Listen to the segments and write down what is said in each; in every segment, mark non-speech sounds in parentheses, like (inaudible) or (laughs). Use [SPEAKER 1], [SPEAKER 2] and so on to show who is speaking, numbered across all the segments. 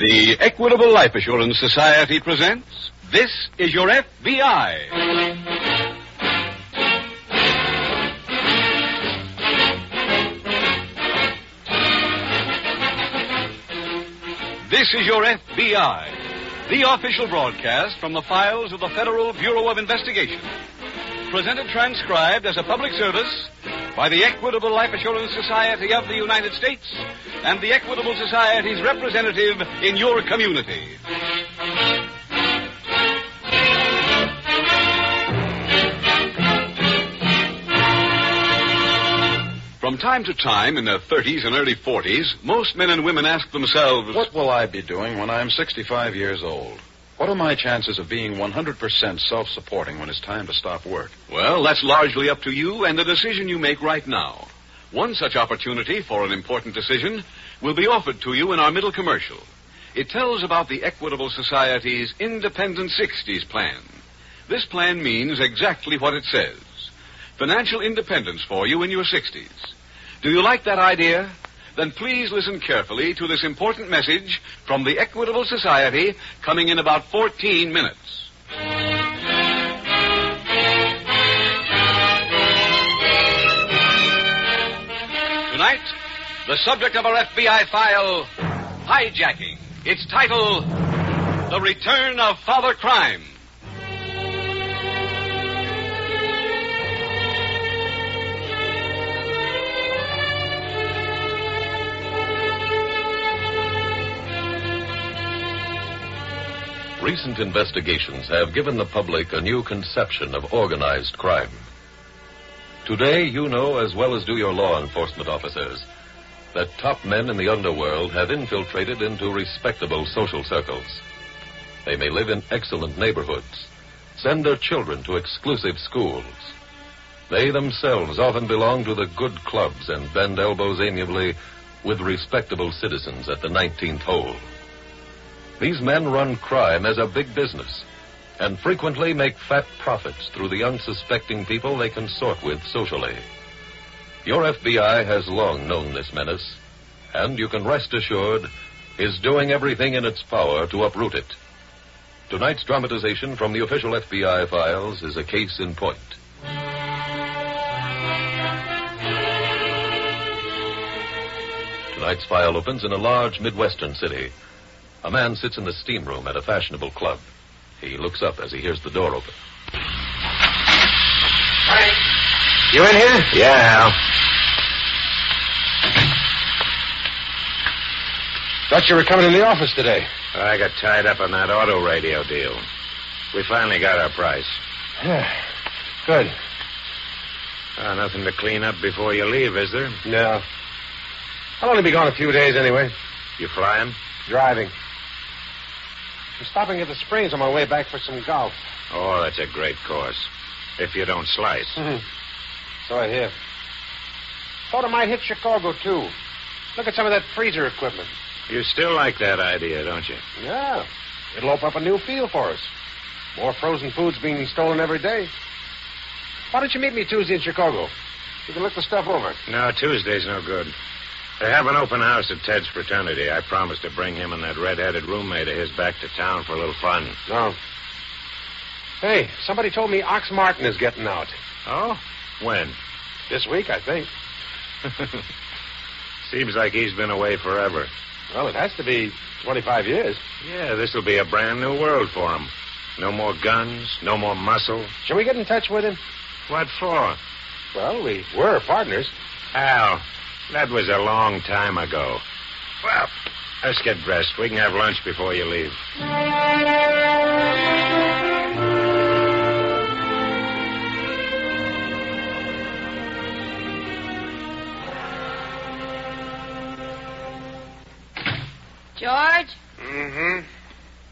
[SPEAKER 1] The Equitable Life Assurance Society presents This is Your FBI. This is Your FBI, the official broadcast from the files of the Federal Bureau of Investigation. Presented transcribed as a public service by the Equitable Life Assurance Society of the United States and the Equitable Society's representative in your community. From time to time in their 30s and early 40s, most men and women ask themselves.
[SPEAKER 2] What will I be doing when I'm 65 years old? What are my chances of being 100% self supporting when it's time to stop work?
[SPEAKER 1] Well, that's largely up to you and the decision you make right now. One such opportunity for an important decision will be offered to you in our middle commercial. It tells about the Equitable Society's Independent 60s plan. This plan means exactly what it says financial independence for you in your 60s. Do you like that idea? Then please listen carefully to this important message from the Equitable Society coming in about 14 minutes. Tonight, the subject of our FBI file, hijacking. Its title, The Return of Father Crime.
[SPEAKER 3] Recent investigations have given the public a new conception of organized crime. Today, you know as well as do your law enforcement officers that top men in the underworld have infiltrated into respectable social circles. They may live in excellent neighborhoods, send their children to exclusive schools. They themselves often belong to the good clubs and bend elbows amiably with respectable citizens at the 19th hole. These men run crime as a big business and frequently make fat profits through the unsuspecting people they consort with socially. Your FBI has long known this menace, and you can rest assured is doing everything in its power to uproot it. Tonight's dramatization from the official FBI files is a case in point. Tonight's file opens in a large Midwestern city. A man sits in the steam room at a fashionable club. He looks up as he hears the door open.
[SPEAKER 4] You in here? Yeah, Al.
[SPEAKER 2] Thought you were coming in the office today.
[SPEAKER 4] I got tied up on that auto radio deal. We finally got our price.
[SPEAKER 2] Yeah. Good.
[SPEAKER 4] Oh, nothing to clean up before you leave, is there?
[SPEAKER 2] No. I'll only be gone a few days anyway.
[SPEAKER 4] You flying?
[SPEAKER 2] Driving. I'm stopping at the Springs on my way back for some golf.
[SPEAKER 4] Oh, that's a great course. If you don't slice.
[SPEAKER 2] Mm-hmm. So I hear. Thought I might hit Chicago, too. Look at some of that freezer equipment.
[SPEAKER 4] You still like that idea, don't you?
[SPEAKER 2] Yeah. It'll open up a new field for us. More frozen foods being stolen every day. Why don't you meet me Tuesday in Chicago? You can look the stuff over.
[SPEAKER 4] No, Tuesday's no good. They have an open house at Ted's fraternity. I promised to bring him and that red-headed roommate of his back to town for a little fun.
[SPEAKER 2] No. Hey, somebody told me Ox Martin is getting out.
[SPEAKER 4] Oh? When?
[SPEAKER 2] This week, I (laughs) think.
[SPEAKER 4] Seems like he's been away forever.
[SPEAKER 2] Well, it has to be 25 years.
[SPEAKER 4] Yeah, this'll be a brand new world for him. No more guns, no more muscle.
[SPEAKER 2] Shall we get in touch with him?
[SPEAKER 4] What for?
[SPEAKER 2] Well, we were partners.
[SPEAKER 4] Al, that was a long time ago. Well, let's get dressed. We can have lunch before you leave.
[SPEAKER 5] George,
[SPEAKER 6] Mm-hmm.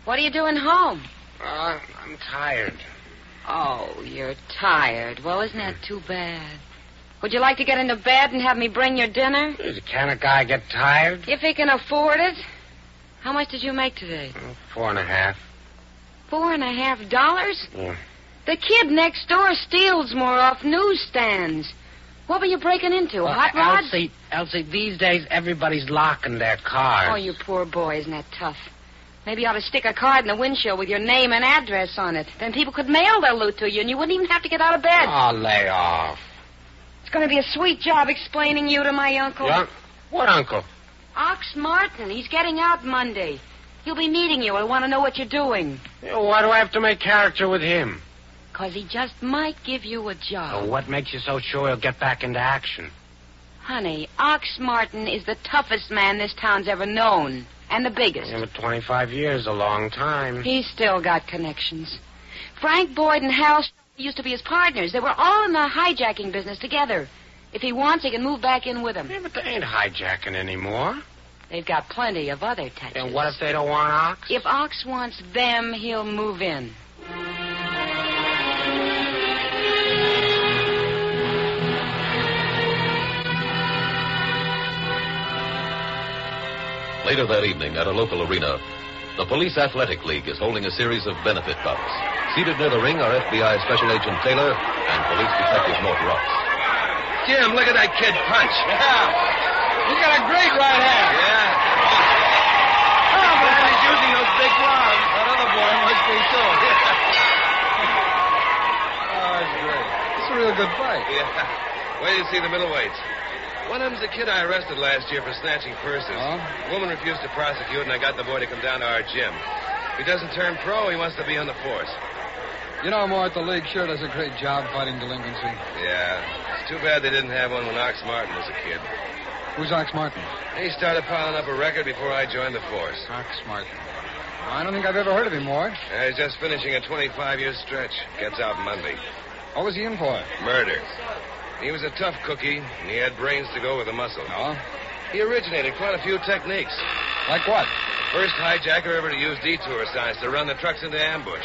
[SPEAKER 5] what are you doing home?
[SPEAKER 6] Uh, I'm tired.
[SPEAKER 5] Oh, you're tired. Well, isn't that too bad? Would you like to get into bed and have me bring your dinner?
[SPEAKER 6] Can a guy get tired?
[SPEAKER 5] If he can afford it. How much did you make today?
[SPEAKER 6] Mm, Four and a half. Mm.
[SPEAKER 5] Four and a half dollars?
[SPEAKER 6] Yeah.
[SPEAKER 5] The kid next door steals more off newsstands. What were you breaking into?
[SPEAKER 6] Well,
[SPEAKER 5] hot rods?
[SPEAKER 6] Elsie, Elsie, these days everybody's locking their cars.
[SPEAKER 5] Oh, you poor boy, isn't that tough? Maybe you ought to stick a card in the windshield with your name and address on it. Then people could mail their loot to you, and you wouldn't even have to get out of bed.
[SPEAKER 6] Oh, lay off.
[SPEAKER 5] It's going to be a sweet job explaining you to my uncle.
[SPEAKER 6] What? What uncle?
[SPEAKER 5] Ox Martin, he's getting out Monday. He'll be meeting you. He'll want to know what you're doing.
[SPEAKER 6] Yeah, Why do I have to make character with him?
[SPEAKER 5] Because he just might give you a job.
[SPEAKER 6] Oh, what makes you so sure he'll get back into action?
[SPEAKER 5] Honey, Ox Martin is the toughest man this town's ever known, and the biggest.
[SPEAKER 6] Yeah, but 25 years, a long time.
[SPEAKER 5] He's still got connections. Frank Boyd and Hal Sh- used to be his partners. They were all in the hijacking business together. If he wants, he can move back in with them.
[SPEAKER 6] Yeah, but they ain't hijacking anymore.
[SPEAKER 5] They've got plenty of other touches.
[SPEAKER 6] And what if they don't want ox?
[SPEAKER 5] If Ox wants them, he'll move in.
[SPEAKER 3] Later that evening at a local arena, the Police Athletic League is holding a series of benefit bouts. Seated near the ring are FBI Special Agent Taylor and Police Detective Mort Ross. Jim, look at that kid punch. Yeah. He's got a great right hand. Yeah. Oh, but he's using those big arms. That other boy must be too. oh, that's great. It's a real good fight. Yeah. Wait till you see the middleweights. One of them's a kid I arrested last year for snatching purses. Woman refused to prosecute, and I got the boy to come down to our gym. If he doesn't turn pro, he wants to be on the force.
[SPEAKER 7] You know, Mort, the league sure does a great job fighting delinquency.
[SPEAKER 3] Yeah. It's too bad they didn't have one when Ox Martin was a kid.
[SPEAKER 7] Who's Ox Martin?
[SPEAKER 3] He started piling up a record before I joined the force.
[SPEAKER 7] Ox Martin. I don't think I've ever heard of him, Mort.
[SPEAKER 3] Uh, he's just finishing a 25-year stretch. Gets out Monday.
[SPEAKER 7] What was he in for?
[SPEAKER 3] Murder. He was a tough cookie, and he had brains to go with the muscle.
[SPEAKER 7] No.
[SPEAKER 3] He originated quite a few techniques.
[SPEAKER 7] Like what?
[SPEAKER 3] First hijacker ever to use detour signs to run the trucks into ambush.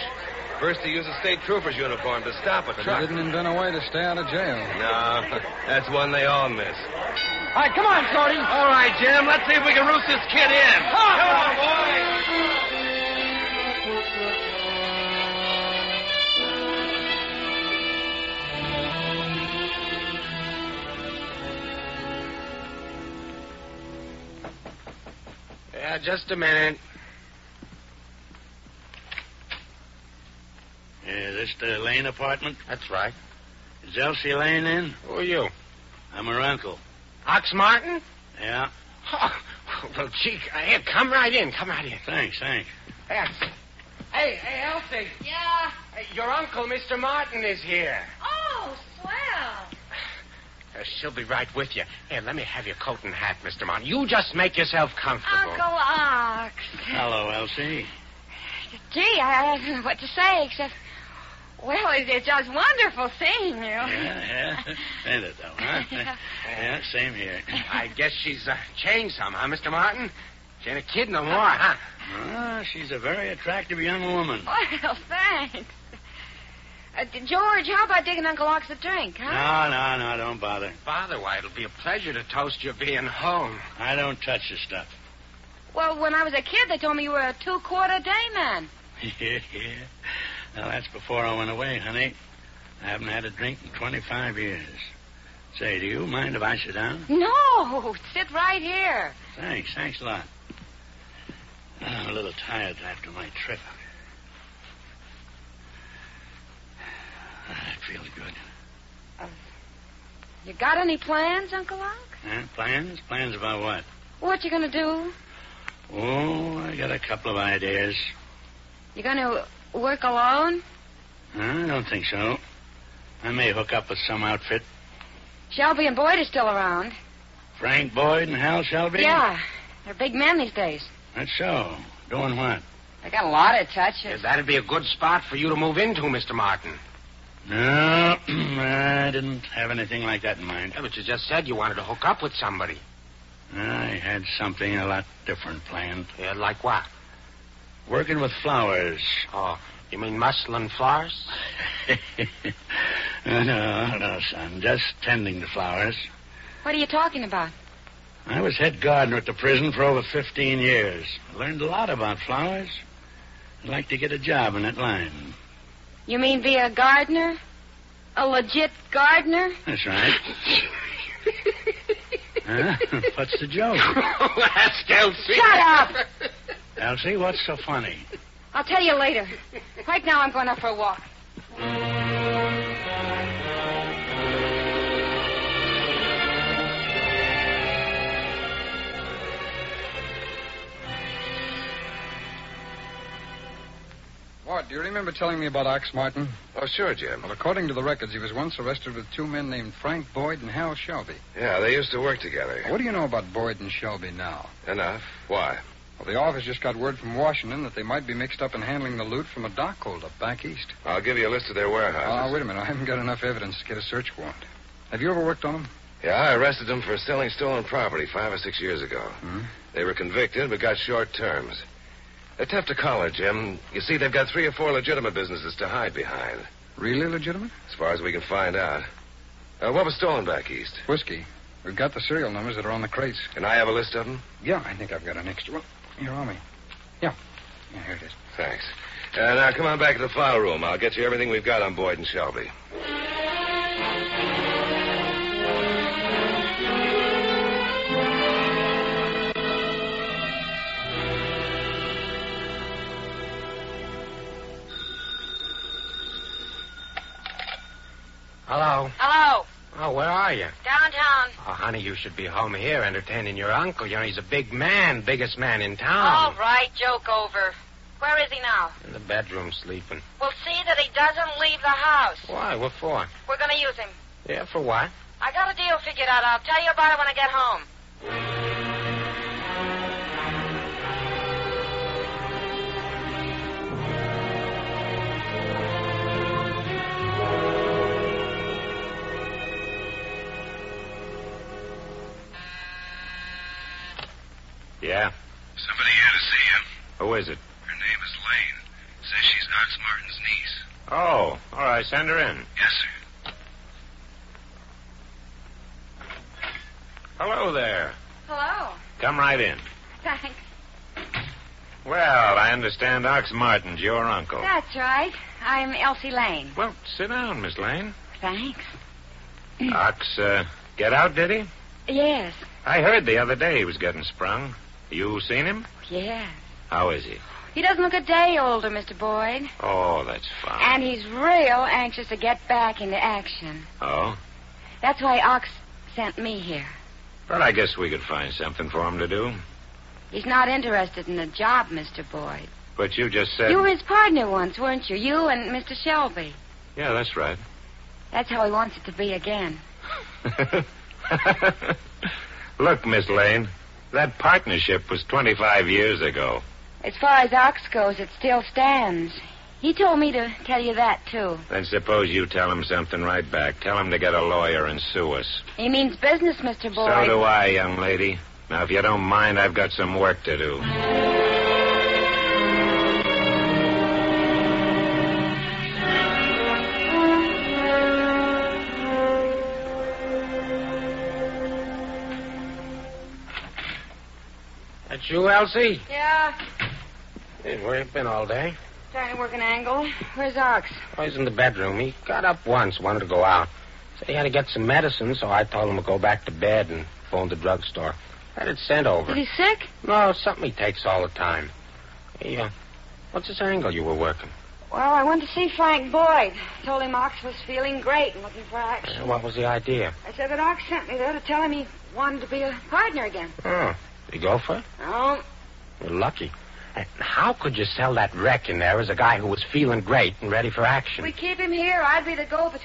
[SPEAKER 3] First to use a state trooper's uniform to stop a
[SPEAKER 7] But
[SPEAKER 3] truck.
[SPEAKER 7] he didn't invent a way to stay out of jail.
[SPEAKER 3] No, (laughs) that's one they all miss.
[SPEAKER 6] All right, come on, Cody.
[SPEAKER 3] All right, Jim, let's see if we can root this kid in. Come on, boy.
[SPEAKER 6] Yeah, just a minute.
[SPEAKER 8] Yeah, this the Lane apartment?
[SPEAKER 6] That's right.
[SPEAKER 8] Is Elsie Lane in?
[SPEAKER 6] Who are you?
[SPEAKER 8] I'm her uncle.
[SPEAKER 6] Ox Martin? (laughs)
[SPEAKER 8] Yeah?
[SPEAKER 6] Oh, well, gee, here, come right in. Come right in.
[SPEAKER 8] Thanks, thanks.
[SPEAKER 6] Hey, hey, hey, Elsie.
[SPEAKER 5] Yeah.
[SPEAKER 6] Hey, your uncle, Mr. Martin, is here.
[SPEAKER 5] Oh, swell.
[SPEAKER 6] Uh, she'll be right with you. Here, let me have your coat and hat, Mr. Martin. You just make yourself comfortable.
[SPEAKER 5] Uncle Ox.
[SPEAKER 8] Hello, Elsie.
[SPEAKER 5] Gee, I, I don't know what to say except, well, it, it's just wonderful seeing you. (laughs)
[SPEAKER 8] Yeah, (laughs) yeah. Ain't it, though, huh?
[SPEAKER 5] Yeah.
[SPEAKER 8] Yeah, same here. (laughs)
[SPEAKER 6] I guess she's uh, changed somehow, Mr. Martin. She ain't a kid no more, huh?
[SPEAKER 8] Ah, she's a very attractive young woman.
[SPEAKER 5] Well, thanks. Uh, d- George, how about digging Uncle Ox a drink, huh?
[SPEAKER 8] No, no, no, don't bother.
[SPEAKER 6] Father, why, it'll be a pleasure to toast your being home.
[SPEAKER 8] I don't touch the stuff.
[SPEAKER 5] Well, when I was a kid, they told me you were a two-quarter day man.
[SPEAKER 8] (laughs) yeah, yeah. Now, that's before I went away, honey. I haven't had a drink in 25 years. Say, do you mind if I sit down?
[SPEAKER 5] No, sit right here.
[SPEAKER 8] Thanks, thanks a lot. I'm a little tired after my trip. That feels good.
[SPEAKER 5] You got any plans, Uncle Ox?
[SPEAKER 8] Huh? Plans? Plans about what?
[SPEAKER 5] What you gonna do?
[SPEAKER 8] Oh, I got a couple of ideas.
[SPEAKER 5] You gonna work alone?
[SPEAKER 8] I don't think so. I may hook up with some outfit.
[SPEAKER 5] Shelby and Boyd are still around.
[SPEAKER 8] Frank Boyd and Hal Shelby?
[SPEAKER 5] Yeah, they're big men these days.
[SPEAKER 8] That's so. Doing what?
[SPEAKER 5] They got a lot of
[SPEAKER 6] Yeah,
[SPEAKER 5] touches.
[SPEAKER 6] that'd be a good spot for you to move into, Mr. Martin.
[SPEAKER 8] No, (clears throat) I didn't have anything like that in mind.
[SPEAKER 6] Yeah, but you just said you wanted to hook up with somebody.
[SPEAKER 8] (clears throat) I had something a lot different planned.
[SPEAKER 6] Yeah, like what?
[SPEAKER 8] Working with flowers.
[SPEAKER 6] Oh, you mean muslin flowers?
[SPEAKER 8] no, (laughs) no, son. Just tending to flowers.
[SPEAKER 5] What are you talking about?
[SPEAKER 8] I was head gardener at the prison for over 15 years. I learned a lot about flowers. I'd like to get a job in that line.
[SPEAKER 5] You mean be a gardener? A legit gardener?
[SPEAKER 8] That's
[SPEAKER 6] (laughs)
[SPEAKER 8] right. Huh? What's the joke?
[SPEAKER 6] (laughs) That's Elsie.
[SPEAKER 5] Shut up!
[SPEAKER 8] Elsie, what's so funny?
[SPEAKER 5] I'll tell you later. Right now, I'm going out for a walk.
[SPEAKER 7] What? Do you remember telling me about Ox Martin?
[SPEAKER 2] Oh, sure, Jim.
[SPEAKER 7] Well, according to the records, he was once arrested with two men named Frank Boyd and Hal Shelby.
[SPEAKER 2] Yeah, they used to work together.
[SPEAKER 7] What do you know about Boyd and Shelby now?
[SPEAKER 2] Enough. Uh, Why?
[SPEAKER 7] Well, the office just got word from Washington that they might be mixed up in handling the loot from a dock holdup back east.
[SPEAKER 2] I'll give you a list of their warehouses.
[SPEAKER 7] Oh, wait a minute. I haven't got enough evidence to get a search warrant. Have you ever worked on them?
[SPEAKER 2] Yeah, I arrested them for selling stolen property five or six years ago.
[SPEAKER 7] Hmm?
[SPEAKER 2] They were convicted but got short terms. Attempt to collar, Jim. You see, they've got three or four legitimate businesses to hide behind,
[SPEAKER 7] Really legitimate?
[SPEAKER 2] as far as we can find out. Uh, what was stolen back east?
[SPEAKER 7] Whiskey. We've got the serial numbers that are on the crates.
[SPEAKER 2] Can I have a list of them?
[SPEAKER 7] Yeah, I think I've got an extra one. Here, on me. Yeah. Yeah, here it is.
[SPEAKER 2] Thanks. Uh, now, come on back to the file room. I'll get you everything we've got on Boyd and Shelby.
[SPEAKER 6] Hello.
[SPEAKER 5] Hello,
[SPEAKER 6] Oh, where are you?
[SPEAKER 5] downtown.
[SPEAKER 6] Oh, honey, you should be home here entertaining your uncle. You know, he's a big man, biggest man in
[SPEAKER 5] All
[SPEAKER 6] town.
[SPEAKER 5] right, joke over. Where is he now?
[SPEAKER 6] In the bedroom sleeping.
[SPEAKER 5] We'll see that he doesn't leave the house.
[SPEAKER 6] Why? What for?
[SPEAKER 5] We're going to use him.
[SPEAKER 6] Yeah, for what?
[SPEAKER 5] I got a deal figured out. I'll tell you about it when I get home.
[SPEAKER 4] Yeah?
[SPEAKER 9] Somebody here to see you.
[SPEAKER 4] Who is it?
[SPEAKER 9] Her name is Lane. Says she's Ox Martin's niece.
[SPEAKER 4] Oh, all right. Send her in.
[SPEAKER 9] Yes, sir.
[SPEAKER 4] Hello there.
[SPEAKER 5] Hello.
[SPEAKER 4] Come right in.
[SPEAKER 5] Thanks.
[SPEAKER 4] Well, I understand Ox Martin's your uncle.
[SPEAKER 5] That's right. I'm Elsie Lane.
[SPEAKER 4] Well, sit down, Miss Lane.
[SPEAKER 5] Thanks.
[SPEAKER 4] Ox, uh, get out, did he?
[SPEAKER 5] Yes.
[SPEAKER 4] I heard the other day he was getting sprung. You seen him?
[SPEAKER 5] Yes.
[SPEAKER 4] How is he?
[SPEAKER 5] He doesn't look a day older, Mr. Boyd.
[SPEAKER 4] Oh, that's fine.
[SPEAKER 5] And he's real anxious to get back into action.
[SPEAKER 4] Oh?
[SPEAKER 5] That's why Ox sent me here.
[SPEAKER 4] Well, I guess we could find something for him to do.
[SPEAKER 5] He's not interested in a job, Mr. Boyd.
[SPEAKER 4] But you just said.
[SPEAKER 5] You were his partner once, weren't you? You and Mr. Shelby.
[SPEAKER 4] Yeah, that's right.
[SPEAKER 5] That's how he wants it to be again.
[SPEAKER 4] Look, Miss Lane, that partnership was 25 years ago.
[SPEAKER 5] As far as Ox goes, it still stands. He told me to tell you that, too.
[SPEAKER 4] Then suppose you tell him something right back. Tell him to get a lawyer and sue us.
[SPEAKER 5] He means business, Mr. Boyd.
[SPEAKER 4] So do I, young lady. Now, if you don't mind, I've got some work to do.
[SPEAKER 6] That's you, Elsie?
[SPEAKER 5] Yeah,
[SPEAKER 6] Hey, where you been all day?
[SPEAKER 5] trying to work an angle. Where's Ox?
[SPEAKER 6] Oh, he's in the bedroom. He got up once, wanted to go out. Said he had to get some medicine, so I told him to go back to bed and phoned the drugstore. Had it sent over.
[SPEAKER 5] Is he sick?
[SPEAKER 6] No, something he takes all the time. Hey, uh, what's this angle you were working?
[SPEAKER 5] Well, I went to see Frank Boyd. Told him Ox was feeling great and looking for action.
[SPEAKER 6] Uh, What was the idea?
[SPEAKER 5] I said that Ox sent me there to tell him he wanted to be a partner again.
[SPEAKER 6] Oh, did he go for it?
[SPEAKER 5] Oh,
[SPEAKER 6] You're lucky. And how could you sell that wreck in there as a guy who was feeling great and ready for action?
[SPEAKER 5] we keep him here. I'd be the go-between.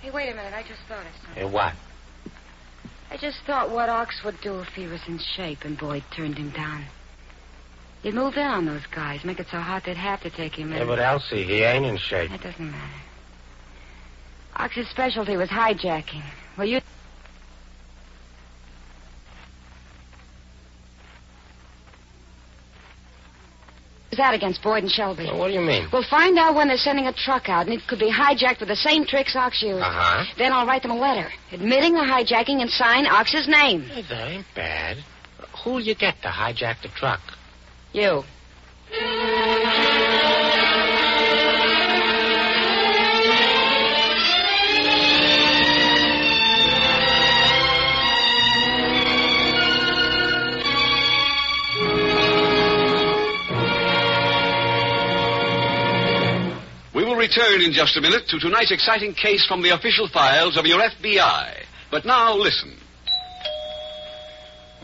[SPEAKER 5] Hey, wait a minute. I just thought of something.
[SPEAKER 6] Hey, what?
[SPEAKER 5] I just thought what Ox would do if he was in shape and Boyd turned him down. He'd move in on those guys, make it so hot they'd have to take him in.
[SPEAKER 6] Yeah, but Elsie, he ain't in shape.
[SPEAKER 5] That doesn't matter. Ox's specialty was hijacking. Well, you. Who's that against Boyd and Shelby?
[SPEAKER 6] Well, what do you mean?
[SPEAKER 5] We'll find out when they're sending a truck out, and it could be hijacked with the same tricks Ox used.
[SPEAKER 6] Uh-huh.
[SPEAKER 5] Then I'll write them a letter admitting the hijacking and sign Ox's name.
[SPEAKER 6] Hey, that ain't bad. Who'll you get to hijack the truck?
[SPEAKER 5] You.
[SPEAKER 1] return in just a minute to tonight's exciting case from the official files of your FBI. But now listen.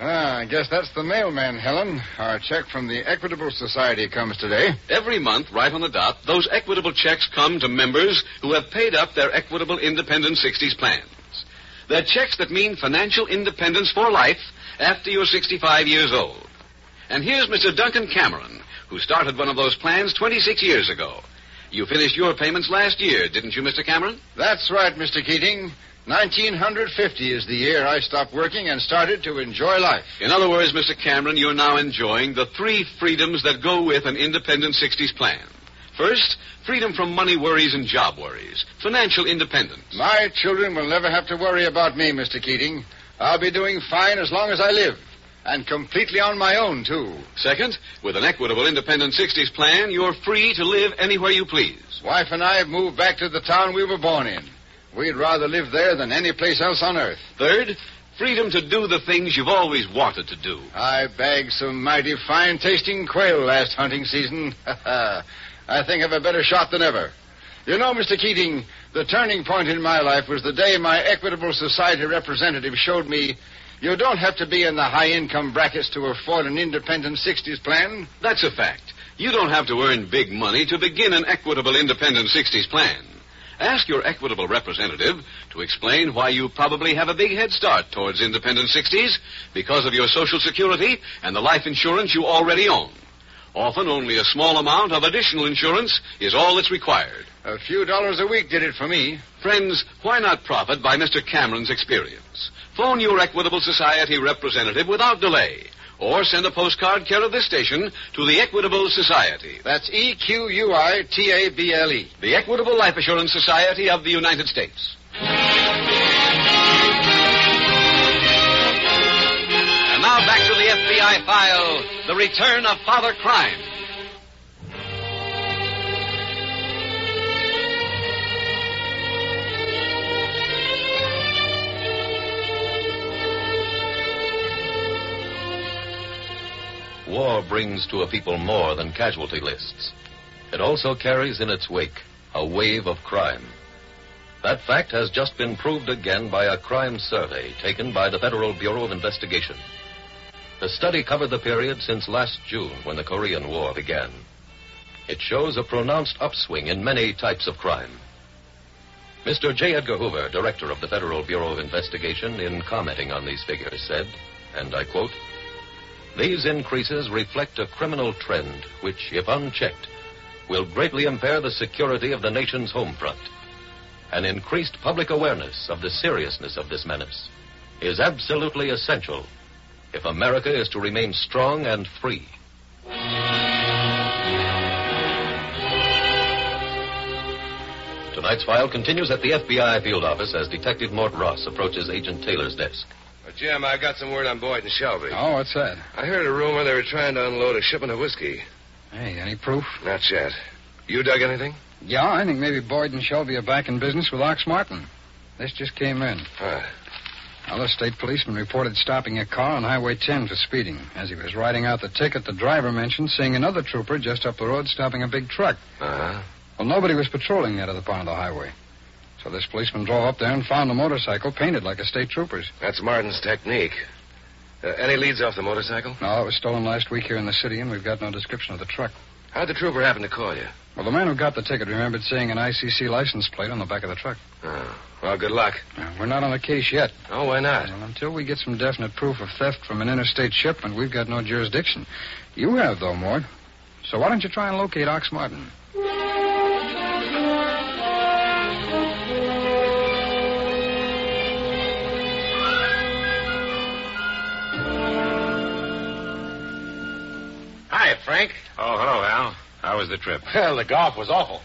[SPEAKER 7] Ah, I guess that's the mailman, Helen. Our check from the Equitable Society comes today.
[SPEAKER 1] Every month, right on the dot, those equitable checks come to members who have paid up their Equitable Independent 60s plans. They're checks that mean financial independence for life after you're 65 years old. And here's Mr. Duncan Cameron, who started one of those plans 26 years ago. You finished your payments last year, didn't you, Mr. Cameron?
[SPEAKER 10] That's right, Mr. Keating. 1950 is the year I stopped working and started to enjoy life.
[SPEAKER 1] In other words, Mr. Cameron, you're now enjoying the three freedoms that go with an independent 60s plan. First, freedom from money worries and job worries, financial independence.
[SPEAKER 10] My children will never have to worry about me, Mr. Keating. I'll be doing fine as long as I live, and completely on my own, too.
[SPEAKER 1] Second, with an equitable independent 60s plan, you're free to live anywhere you please.
[SPEAKER 10] Wife and I have moved back to the town we were born in. We'd rather live there than any place else on earth.
[SPEAKER 1] Third, freedom to do the things you've always wanted to do.
[SPEAKER 10] I bagged some mighty fine tasting quail last hunting season. (laughs) I think I've a better shot than ever. You know, Mr. Keating, the turning point in my life was the day my Equitable Society representative showed me you don't have to be in the high income brackets to afford an independent 60s plan.
[SPEAKER 1] That's a fact. You don't have to earn big money to begin an equitable independent 60s plan. Ask your equitable representative to explain why you probably have a big head start towards independent 60s because of your Social Security and the life insurance you already own. Often only a small amount of additional insurance is all that's required.
[SPEAKER 10] A few dollars a week did it for me.
[SPEAKER 1] Friends, why not profit by Mr. Cameron's experience? Phone your Equitable Society representative without delay or send a postcard care of this station to the Equitable Society.
[SPEAKER 10] That's E Q U I T A B L E.
[SPEAKER 1] The Equitable Life Assurance Society of the United States. And now back to the FBI file The Return of Father Crime.
[SPEAKER 3] War brings to a people more than casualty lists. It also carries in its wake a wave of crime. That fact has just been proved again by a crime survey taken by the Federal Bureau of Investigation. The study covered the period since last June when the Korean War began. It shows a pronounced upswing in many types of crime. Mr. J. Edgar Hoover, director of the Federal Bureau of Investigation, in commenting on these figures said, and I quote, these increases reflect a criminal trend which, if unchecked, will greatly impair the security of the nation's home front. An increased public awareness of the seriousness of this menace is absolutely essential if America is to remain strong and free. Tonight's file continues at the FBI field office as Detective Mort Ross approaches Agent Taylor's desk.
[SPEAKER 11] Uh, Jim, I got some word on Boyd and Shelby.
[SPEAKER 7] Oh, what's that?
[SPEAKER 11] I heard a rumor they were trying to unload a shipment of whiskey.
[SPEAKER 7] Hey, any proof?
[SPEAKER 11] Not yet. You dug anything?
[SPEAKER 7] Yeah, I think maybe Boyd and Shelby are back in business with Ox Martin. This just came in.
[SPEAKER 11] Huh.
[SPEAKER 7] Another state policeman reported stopping a car on Highway 10 for speeding. As he was writing out the ticket, the driver mentioned seeing another trooper just up the road stopping a big truck.
[SPEAKER 11] Uh-huh.
[SPEAKER 7] Well, nobody was patrolling that other part of the highway. So this policeman drove up there and found the motorcycle painted like a state trooper's.
[SPEAKER 11] That's Martin's technique. Uh, any leads off the motorcycle?
[SPEAKER 7] No, it was stolen last week here in the city, and we've got no description of the truck.
[SPEAKER 11] How'd the trooper happen to call you?
[SPEAKER 7] Well, the man who got the ticket remembered seeing an ICC license plate on the back of the truck.
[SPEAKER 11] Oh. Well, good luck.
[SPEAKER 7] Now, we're not on the case yet.
[SPEAKER 11] Oh, why not?
[SPEAKER 7] Well, until we get some definite proof of theft from an interstate shipment, we've got no jurisdiction. You have, though, Mort. So why don't you try and locate Ox Martin?
[SPEAKER 12] Hi, Frank.
[SPEAKER 4] Oh, hello, Al. How was the trip?
[SPEAKER 12] Well, the golf was awful.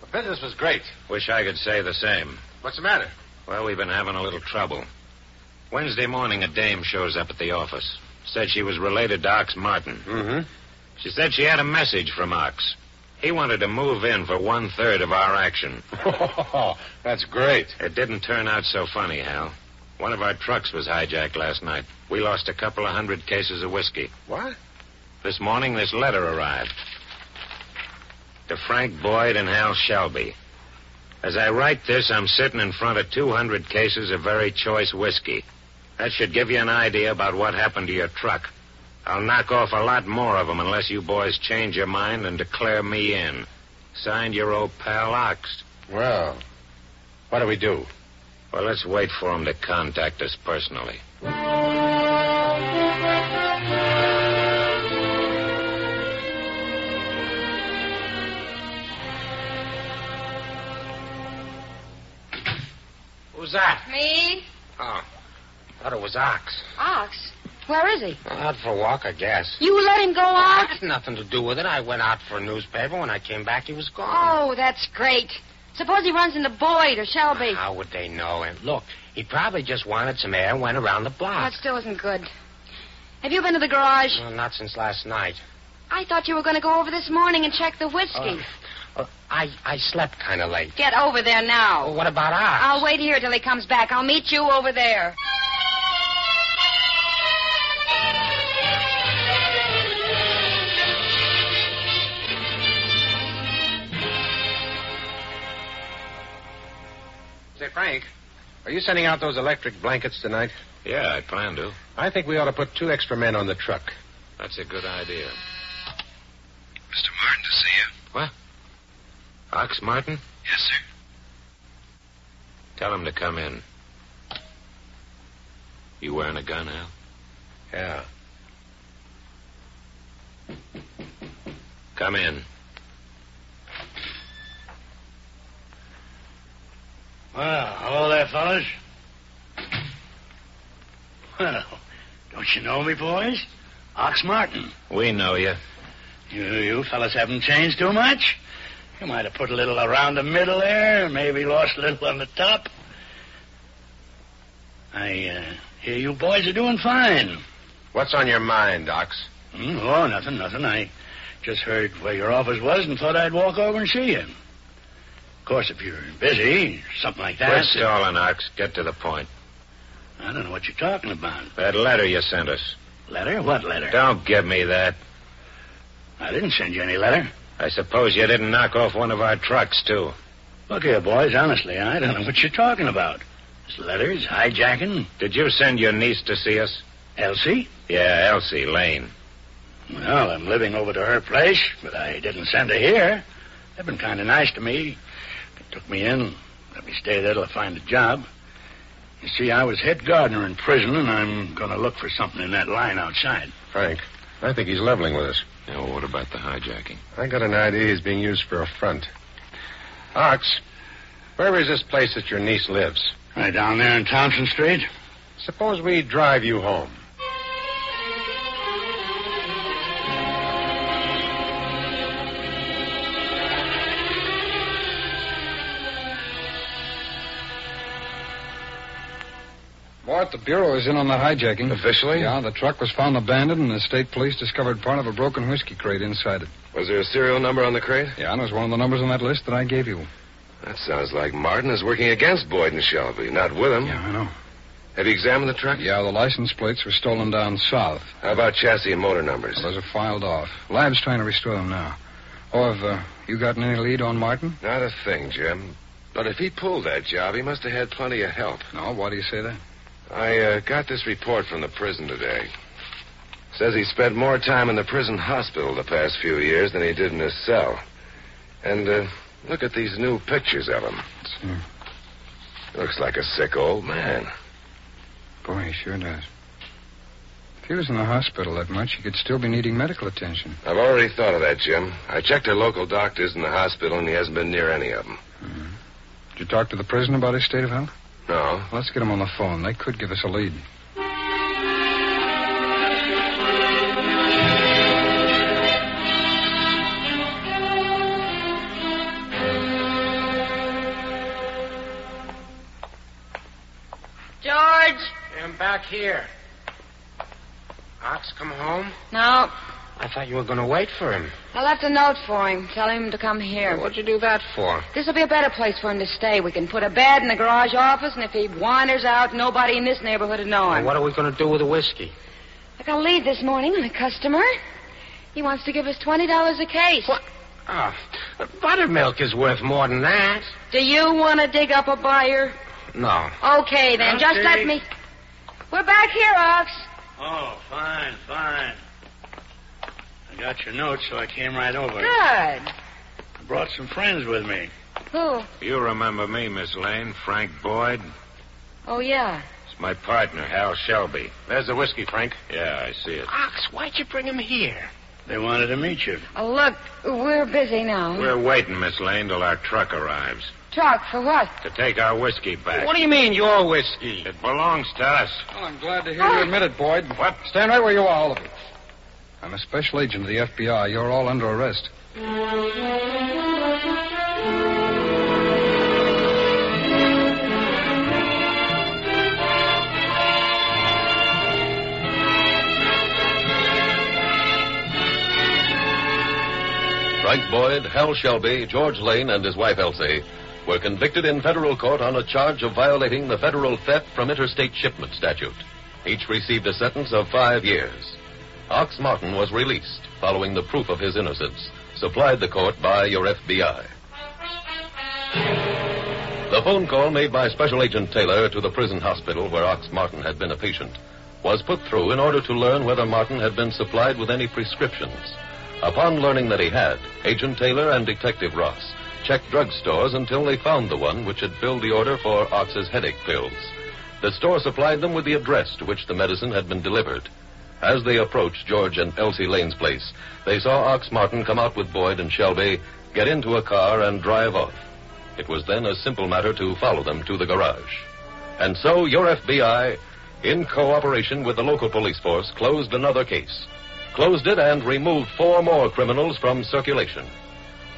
[SPEAKER 12] The business was great.
[SPEAKER 4] Wish I could say the same.
[SPEAKER 12] What's the matter?
[SPEAKER 4] Well, we've been having a little trouble. Wednesday morning, a dame shows up at the office. Said she was related to Ox Martin.
[SPEAKER 12] Mm-hmm.
[SPEAKER 4] She said she had a message from Ox. He wanted to move in for one third of our action.
[SPEAKER 12] (laughs) That's great.
[SPEAKER 4] It didn't turn out so funny, Hal. One of our trucks was hijacked last night. We lost a couple of hundred cases of whiskey.
[SPEAKER 12] What?
[SPEAKER 4] This morning, this letter arrived. to Frank Boyd and Hal Shelby. As I write this, I'm sitting in front of 200 cases of very choice whiskey. That should give you an idea about what happened to your truck. I'll knock off a lot more of them unless you boys change your mind and declare me in. Signed, your old pal Ox. Well, what do we do? Well, let's wait for him to contact us personally.
[SPEAKER 6] Who's that?
[SPEAKER 5] Me?
[SPEAKER 6] Oh, thought it was Ox.
[SPEAKER 5] Ox? Where is he?
[SPEAKER 6] Out for a walk, I guess.
[SPEAKER 5] You let him go out?
[SPEAKER 6] That's nothing to do with it. I went out for a newspaper. When I came back, he was gone.
[SPEAKER 5] Oh, that's great. Suppose he runs into Boyd or Shelby.
[SPEAKER 6] How would they know him? Look, he probably just wanted some air and went around the block.
[SPEAKER 5] That still isn't good. Have you been to the garage?
[SPEAKER 6] Well, not since last night.
[SPEAKER 5] I thought you were going to go over this morning and check the whiskey.
[SPEAKER 6] Uh, I, I slept kind of late.
[SPEAKER 5] Get over there now.
[SPEAKER 6] Well, what about Ox?
[SPEAKER 5] I'll wait here till he comes back. I'll meet you over there.
[SPEAKER 6] Say, Frank.
[SPEAKER 2] Are you sending out those electric blankets tonight?
[SPEAKER 4] Yeah, I plan to.
[SPEAKER 2] I think we ought to put two extra men on the truck.
[SPEAKER 4] That's a good idea.
[SPEAKER 9] Mr. Martin to see you.
[SPEAKER 4] Ox Martin,
[SPEAKER 9] Yes, sir.
[SPEAKER 4] tell him to come in. You wearing a gun, Al? Yeah. Come in.
[SPEAKER 8] Well, hello there, fellas. Well, don't you know me, boys? Ox Martin.
[SPEAKER 4] We know you.
[SPEAKER 8] You, you fellas haven't changed too much. You might have put a little around the middle there, maybe lost a little on the top. I uh, hear you boys are doing fine.
[SPEAKER 12] What's on your mind, Ox?
[SPEAKER 8] Hmm? Oh, nothing, nothing. I just heard where your office was and thought I'd walk over and see you. Of course, if you're busy, something like that.
[SPEAKER 4] We're stalling, Ox. Get to the point.
[SPEAKER 8] I don't know what you're talking about.
[SPEAKER 4] That letter you sent us.
[SPEAKER 8] Letter? What letter?
[SPEAKER 4] Don't give me that.
[SPEAKER 8] I didn't send you any letter.
[SPEAKER 4] I suppose you didn't knock off one of our trucks, too.
[SPEAKER 8] Look here, boys, honestly, I don't know what you're talking about. This letters, hijacking,
[SPEAKER 4] Did you send your niece to see us?
[SPEAKER 8] Elsie.
[SPEAKER 4] Yeah, Elsie Lane.
[SPEAKER 8] Well, I'm living over to her place, but I didn't send her here. They've been kind of nice to me. They took me in, let me stay there till I find a job. You see, I was head gardener in prison, and I'm going to look for something in that line outside.
[SPEAKER 12] Frank, I think he's leveling with us.
[SPEAKER 4] Yeah, well, Oh, what about the hijacking?
[SPEAKER 12] I got an idea he's being used for a front. Ox, where is this place that your niece lives?
[SPEAKER 8] Right down there in Thompson Street.
[SPEAKER 12] Suppose we drive you home.
[SPEAKER 7] Mort, the Bureau is in on the hijacking.
[SPEAKER 11] Officially?
[SPEAKER 7] Yeah, the truck was found abandoned, and the state police discovered part of a broken whiskey crate inside it.
[SPEAKER 11] Was there a serial number on the crate?
[SPEAKER 7] Yeah, and it was one of the numbers on that list that I gave you.
[SPEAKER 11] That sounds like Martin is working against Boyd and Shelby, not with him.
[SPEAKER 7] Yeah, I know.
[SPEAKER 11] Have you examined the truck?
[SPEAKER 7] Yeah, the license plates were stolen down south.
[SPEAKER 11] How about chassis and motor numbers?
[SPEAKER 7] Those are filed off. Lab's trying to restore them now. Oh, have uh, you gotten any lead on Martin?
[SPEAKER 11] Not a thing, Jim. But if he pulled that job, he must have had plenty of help.
[SPEAKER 7] No, why do you say that?
[SPEAKER 11] I uh, got this report from the prison today. Says he spent more time in the prison hospital the past few years than he did in his cell. And uh, look at these new pictures of him.
[SPEAKER 7] Hmm.
[SPEAKER 11] Looks like a sick old man.
[SPEAKER 7] Boy, he sure does. If he was in the hospital that much, he could still be needing medical attention.
[SPEAKER 11] I've already thought of that, Jim. I checked the local doctors in the hospital, and he hasn't been near any of them.
[SPEAKER 7] Did you talk to the prison about his state of health?
[SPEAKER 11] No.
[SPEAKER 7] Let's get him on the phone. They could give us a lead.
[SPEAKER 5] George?
[SPEAKER 6] I'm back here. Ox come home?
[SPEAKER 5] No.
[SPEAKER 6] I thought you were going to wait for him.
[SPEAKER 5] I left a note for him. Tell him to come here.
[SPEAKER 6] What'd you do that for?
[SPEAKER 5] This'll be a better place for him to stay. We can put a bed in the garage office, and if he wanders out, nobody in this neighborhood will know him.
[SPEAKER 6] what are we going to do with the whiskey?
[SPEAKER 5] I got a lead this morning on a customer. He wants to give us twenty dollars a case.
[SPEAKER 6] What? Oh, but buttermilk is worth more than that.
[SPEAKER 5] Do you want to dig up a buyer?
[SPEAKER 6] No.
[SPEAKER 5] Okay, then. Just
[SPEAKER 6] Okay.
[SPEAKER 5] let me. We're back here, Ox.
[SPEAKER 8] Oh, fine, fine. I got your note, so I came right over.
[SPEAKER 5] Good.
[SPEAKER 8] I brought some friends with me.
[SPEAKER 5] Who?
[SPEAKER 4] You remember me, Miss Lane, Frank Boyd?
[SPEAKER 5] Oh, yeah.
[SPEAKER 4] It's my partner, Hal Shelby. There's the whiskey, Frank. Yeah, I see it.
[SPEAKER 6] Ox, why'd you bring him here?
[SPEAKER 8] They wanted to meet you.
[SPEAKER 5] Oh, look, we're busy now.
[SPEAKER 4] We're waiting, Miss Lane, till our truck arrives
[SPEAKER 5] Truck for what?
[SPEAKER 4] to take our whiskey back.
[SPEAKER 5] What do you
[SPEAKER 6] mean, your whiskey?
[SPEAKER 4] It belongs to us.
[SPEAKER 7] Well, Oh, I'm glad to hear you admit it, Boyd. What? Stand right where you are, all of you. I'm a special agent of the FBI. You're all under arrest.
[SPEAKER 3] Frank Boyd, Hal Shelby, George Lane, and his wife Elsie were convicted in federal court on a charge of violating the federal theft from interstate shipment statute. Each received a sentence of five years. Ox Martin was released following the proof of his innocence, supplied the court by your FBI. The phone call made by Special Agent Taylor to the prison hospital where Ox Martin had been a patient was put through in order to learn whether Martin had been supplied with any prescriptions. Upon learning that he had, Agent Taylor and Detective Ross checked drugstores until they found the one which had filled the order for Ox's headache pills. The store supplied them with the address to which the medicine had been delivered. As they approached George and Elsie Lane's place, they saw Ox Martin come out with Boyd and Shelby, get into a car, and drive off. It was then a simple matter to follow them to the garage. And so your FBI, in cooperation with the local police force, closed another case closed it and removed four more criminals from circulation.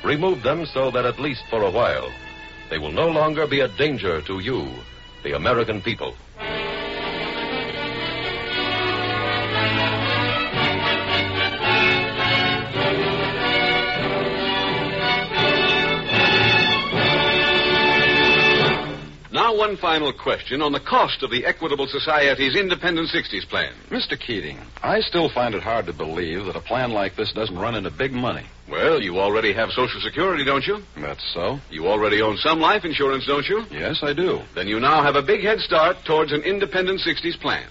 [SPEAKER 3] Removed them so that at least for a while, they will no longer be a danger to you, the American people.
[SPEAKER 1] Now, one final question on the cost of the Equitable Society's Independent 60s plan.
[SPEAKER 13] Mr. Keating, I still find it hard to believe that a plan like this doesn't run into big money.
[SPEAKER 1] Well, you already have Social Security, don't you?
[SPEAKER 13] That's so.
[SPEAKER 1] You already own some life insurance, don't you?
[SPEAKER 13] Yes, I do.
[SPEAKER 1] Then you now have a big head start towards an independent 60s plan.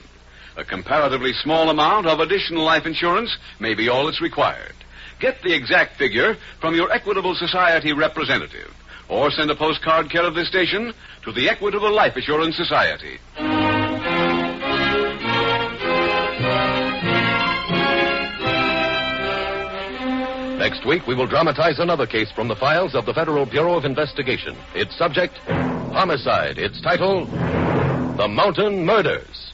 [SPEAKER 1] A comparatively small amount of additional life insurance may be all that's required. Get the exact figure from your Equitable Society representative, or send a postcard care of this station to the Equitable Life Assurance Society.
[SPEAKER 3] Next week, we will dramatize another case from the files of the Federal Bureau of Investigation. Its subject, homicide. Its title, The Mountain Murders.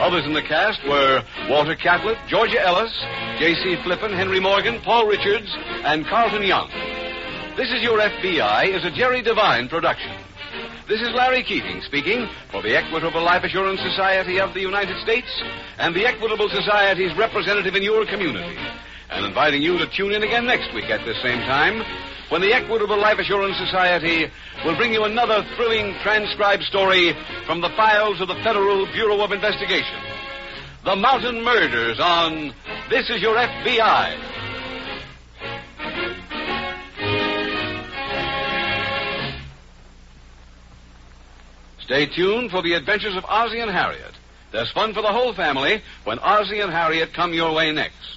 [SPEAKER 1] Others in the cast were Walter Catlett, Georgia Ellis, J.C. Flippin, Henry Morgan, Paul Richards, and Carlton Young. This is Your FBI is a Jerry Devine production. This is Larry Keating speaking for the Equitable Life Assurance Society of the United States and the Equitable Society's representative in your community, and inviting you to tune in again next week at this same time when the Equitable Life Assurance Society will bring you another thrilling transcribed story from the files of the Federal Bureau of Investigation. The Mountain Murders on This Is Your FBI. Stay tuned for the adventures of Ozzie and Harriet. There's fun for the whole family when Ozzie and Harriet come your way next.